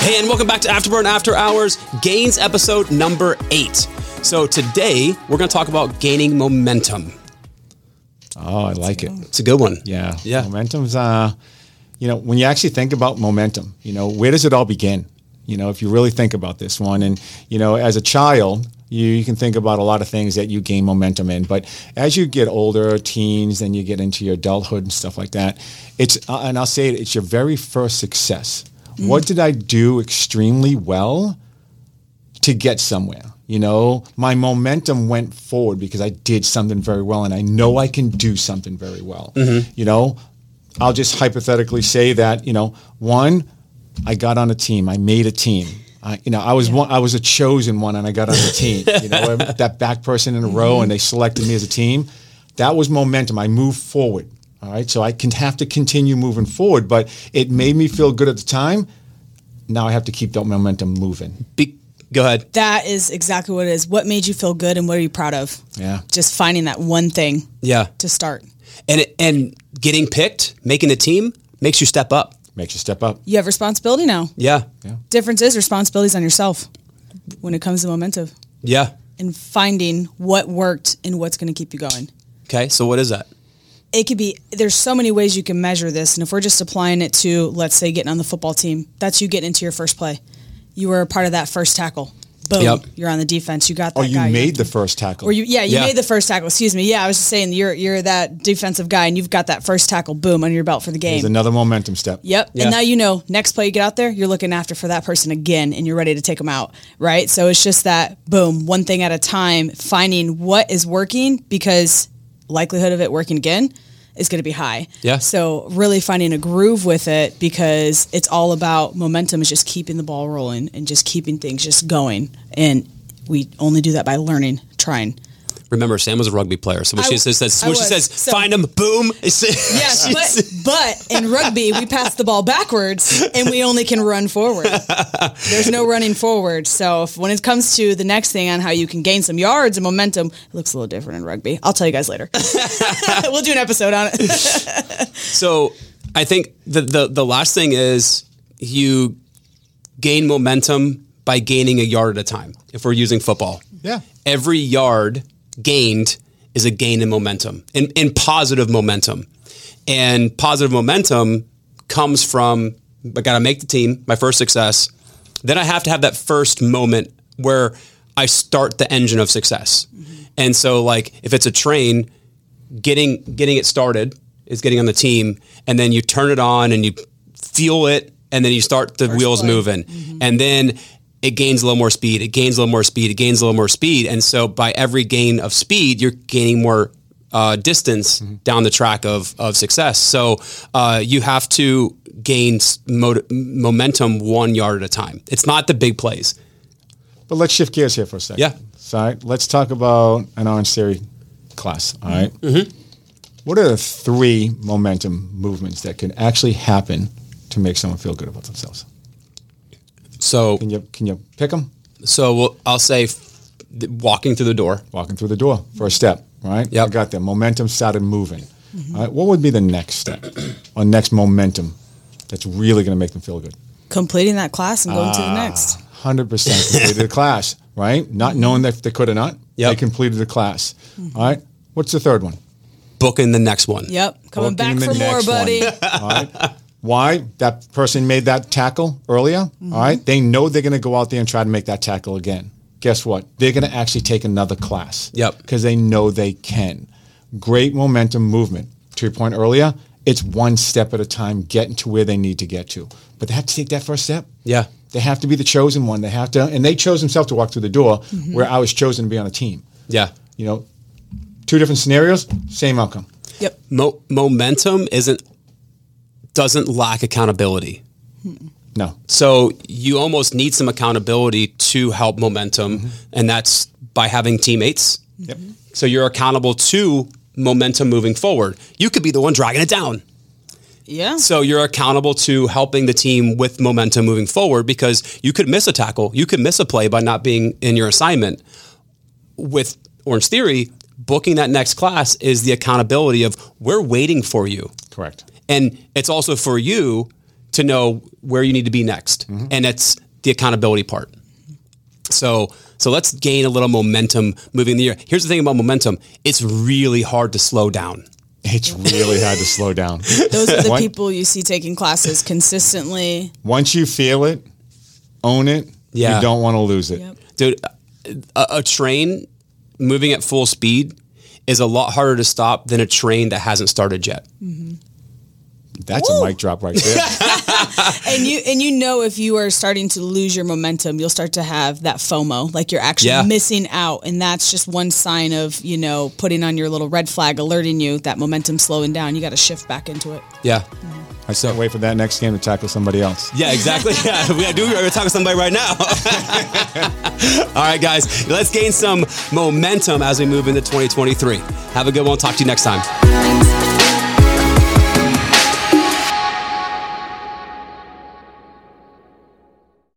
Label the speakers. Speaker 1: Hey, and welcome back to Afterburn After Hours, Gains episode number eight. So today we're going to talk about gaining momentum.
Speaker 2: Oh, I like it.
Speaker 1: It's a good one.
Speaker 2: Yeah.
Speaker 1: Yeah.
Speaker 2: Momentum's, uh, you know, when you actually think about momentum, you know, where does it all begin? You know, if you really think about this one and, you know, as a child, you, you can think about a lot of things that you gain momentum in. But as you get older, teens, then you get into your adulthood and stuff like that, it's, uh, and I'll say it, it's your very first success. What did I do extremely well to get somewhere. You know, my momentum went forward because I did something very well and I know I can do something very well. You know, I'll just hypothetically say that, you know, one, I got on a team, I made a team. I, you know, I was one, I was a chosen one and I got on the team. You know, that back person in a row and they selected me as a team. That was momentum. I moved forward. All right. So I can have to continue moving forward, but it made me feel good at the time. Now I have to keep that momentum moving.
Speaker 1: Be- go ahead.
Speaker 3: That is exactly what it is. What made you feel good and what are you proud of?
Speaker 2: Yeah.
Speaker 3: Just finding that one thing
Speaker 1: Yeah.
Speaker 3: to start.
Speaker 1: And, it, and getting picked, making the team makes you step up.
Speaker 2: Makes you step up.
Speaker 3: You have responsibility now.
Speaker 1: Yeah.
Speaker 2: Yeah.
Speaker 3: Difference is responsibilities on yourself when it comes to momentum
Speaker 1: Yeah.
Speaker 3: and finding what worked and what's going to keep you going.
Speaker 1: Okay. So what is that?
Speaker 3: It could be there's so many ways you can measure this and if we're just applying it to let's say getting on the football team, that's you getting into your first play. You were a part of that first tackle. Boom.
Speaker 1: Yep.
Speaker 3: You're on the defense. You got that
Speaker 2: Oh, you
Speaker 3: guy.
Speaker 2: made the first tackle.
Speaker 3: Or you, yeah, you
Speaker 1: Yeah.
Speaker 3: made the first tackle. Excuse me. Yeah, I was just saying you're you're that defensive guy, and you've got that first tackle, boom, under your belt for the game.
Speaker 2: There's another momentum step.
Speaker 3: Yep.
Speaker 1: Yeah.
Speaker 3: And now you know next play you get out there, you're looking after for that person again and you're ready to take them out. Right. So it's just that boom, one thing at a time, finding what is working because likelihood of it working again is going to be high.
Speaker 1: Yeah.
Speaker 3: So really finding a groove with it because it's all about momentum is just keeping the ball rolling and just keeping things just going. And we only do that by learning, trying.
Speaker 1: Remember, Sam was a rugby player. So when
Speaker 3: I
Speaker 1: she
Speaker 3: w-
Speaker 1: says, that's-
Speaker 3: I
Speaker 1: when she
Speaker 3: was.
Speaker 1: says,
Speaker 3: So-
Speaker 1: find them, boom.
Speaker 3: Yes, but, but in rugby, we pass the ball backwards and we only can run forward. There's no running forward. So if, when it comes to the next thing on how you can gain some yards and momentum, it looks a little different in rugby. I'll tell you guys later. we'll do an episode on it.
Speaker 1: So I think the, the the last thing is you gain momentum by gaining a yard at a time. If we're using football,
Speaker 2: Yeah.
Speaker 1: every yard gained is a gain in momentum in, in positive momentum, and positive momentum comes from I got to make the team, my first success. Then I have to have that first moment where I start the engine of success. And so, like if it's a train, getting getting it started is getting on the team, and then you turn it on and you feel it, and then you start the wheels
Speaker 3: play.
Speaker 1: moving,
Speaker 2: Mm-hmm.
Speaker 1: and then it gains a little more speed. It gains a little more speed. It gains a little more speed, and so by every gain of speed, you're gaining more uh, distance
Speaker 2: Mm-hmm.
Speaker 1: down the track of of success. So uh, you have to gain s- mo- momentum one yard at a time. It's not the big plays.
Speaker 2: But let's shift gears here for a second.
Speaker 1: Yeah.
Speaker 2: So all right, let's talk about an orange theory class. All right?
Speaker 1: Mm-hmm.
Speaker 2: What are the three momentum movements that can actually happen to make someone feel good about themselves?
Speaker 1: So
Speaker 2: Can you can you pick them?
Speaker 1: so we'll, I'll say f- th- walking through the door.
Speaker 2: Walking through the door, first step. All right.
Speaker 1: Yep.
Speaker 2: I got there. Momentum started moving.
Speaker 3: Mm-hmm.
Speaker 2: All right. What would be the next step or next momentum that's really going to make them feel good?
Speaker 3: Completing that class and going to the
Speaker 2: Ah.
Speaker 3: next.
Speaker 2: hundred percent completed the class, right? Not knowing that they could or not,
Speaker 1: Yep.
Speaker 2: they completed the class. All right. What's the third one?
Speaker 1: Booking the next one.
Speaker 3: Yep. Coming back
Speaker 2: Booking the
Speaker 3: for more,
Speaker 2: next one.
Speaker 3: buddy.
Speaker 2: All right. Why that person made that tackle earlier?
Speaker 3: Mm-hmm.
Speaker 2: all right, they know they're going to go out there and try to make that tackle again. Guess what? They're going to actually take another class.
Speaker 1: Yep.
Speaker 2: Because they know they can. Great momentum movement. To your point earlier, it's one step at a time getting to where they need to get to. But they have to take that first step.
Speaker 1: Yeah.
Speaker 2: They have to be the chosen one. They have to, and they chose themselves to walk through the door
Speaker 3: Mm-hmm.
Speaker 2: where I was chosen to be on a team.
Speaker 1: Yeah.
Speaker 2: You know, two different scenarios, same outcome.
Speaker 3: Yep.
Speaker 1: Mo- momentum isn't doesn't lack accountability.
Speaker 2: No.
Speaker 3: Mm-hmm.
Speaker 1: So you almost need some accountability to help momentum, and that's by having teammates.
Speaker 2: Yep.
Speaker 1: So you're accountable to momentum moving forward. You could be the one dragging it down.
Speaker 3: Yeah.
Speaker 1: So you're accountable to helping the team with momentum moving forward because you could miss a tackle, you could miss a play by not being in your assignment. With Orange Theory, booking that next class is the accountability of we're waiting for you.
Speaker 2: Correct.
Speaker 1: And it's also for you to know where you need to be next, and it's the accountability part. So so let's gain a little momentum moving the year. Here's the thing about momentum: it's really hard to slow down.
Speaker 2: It's really hard to slow down.
Speaker 3: Those are the
Speaker 2: One-
Speaker 3: people you see taking classes consistently.
Speaker 2: Once you feel it, own it.
Speaker 1: Yeah.
Speaker 2: You don't want to lose it.
Speaker 3: Yep.
Speaker 1: dude a, a train moving at full speed is a lot harder to stop than a train that hasn't started yet
Speaker 2: That's
Speaker 3: Woo.
Speaker 2: a mic drop right there.
Speaker 3: And you and you know if you are starting to lose your momentum, you'll start to have that FOMO, like you're actually
Speaker 1: Yeah.
Speaker 3: missing out, and that's just one sign of you know putting on your little red flag, alerting you that momentum slowing down. You got to shift back into it.
Speaker 1: yeah
Speaker 2: I can't wait for that next game to tackle somebody else.
Speaker 1: yeah exactly yeah we do we're talking to somebody right now all right guys let's gain some momentum as we move into 2023 have a good one talk to you next time
Speaker 4: Thanks.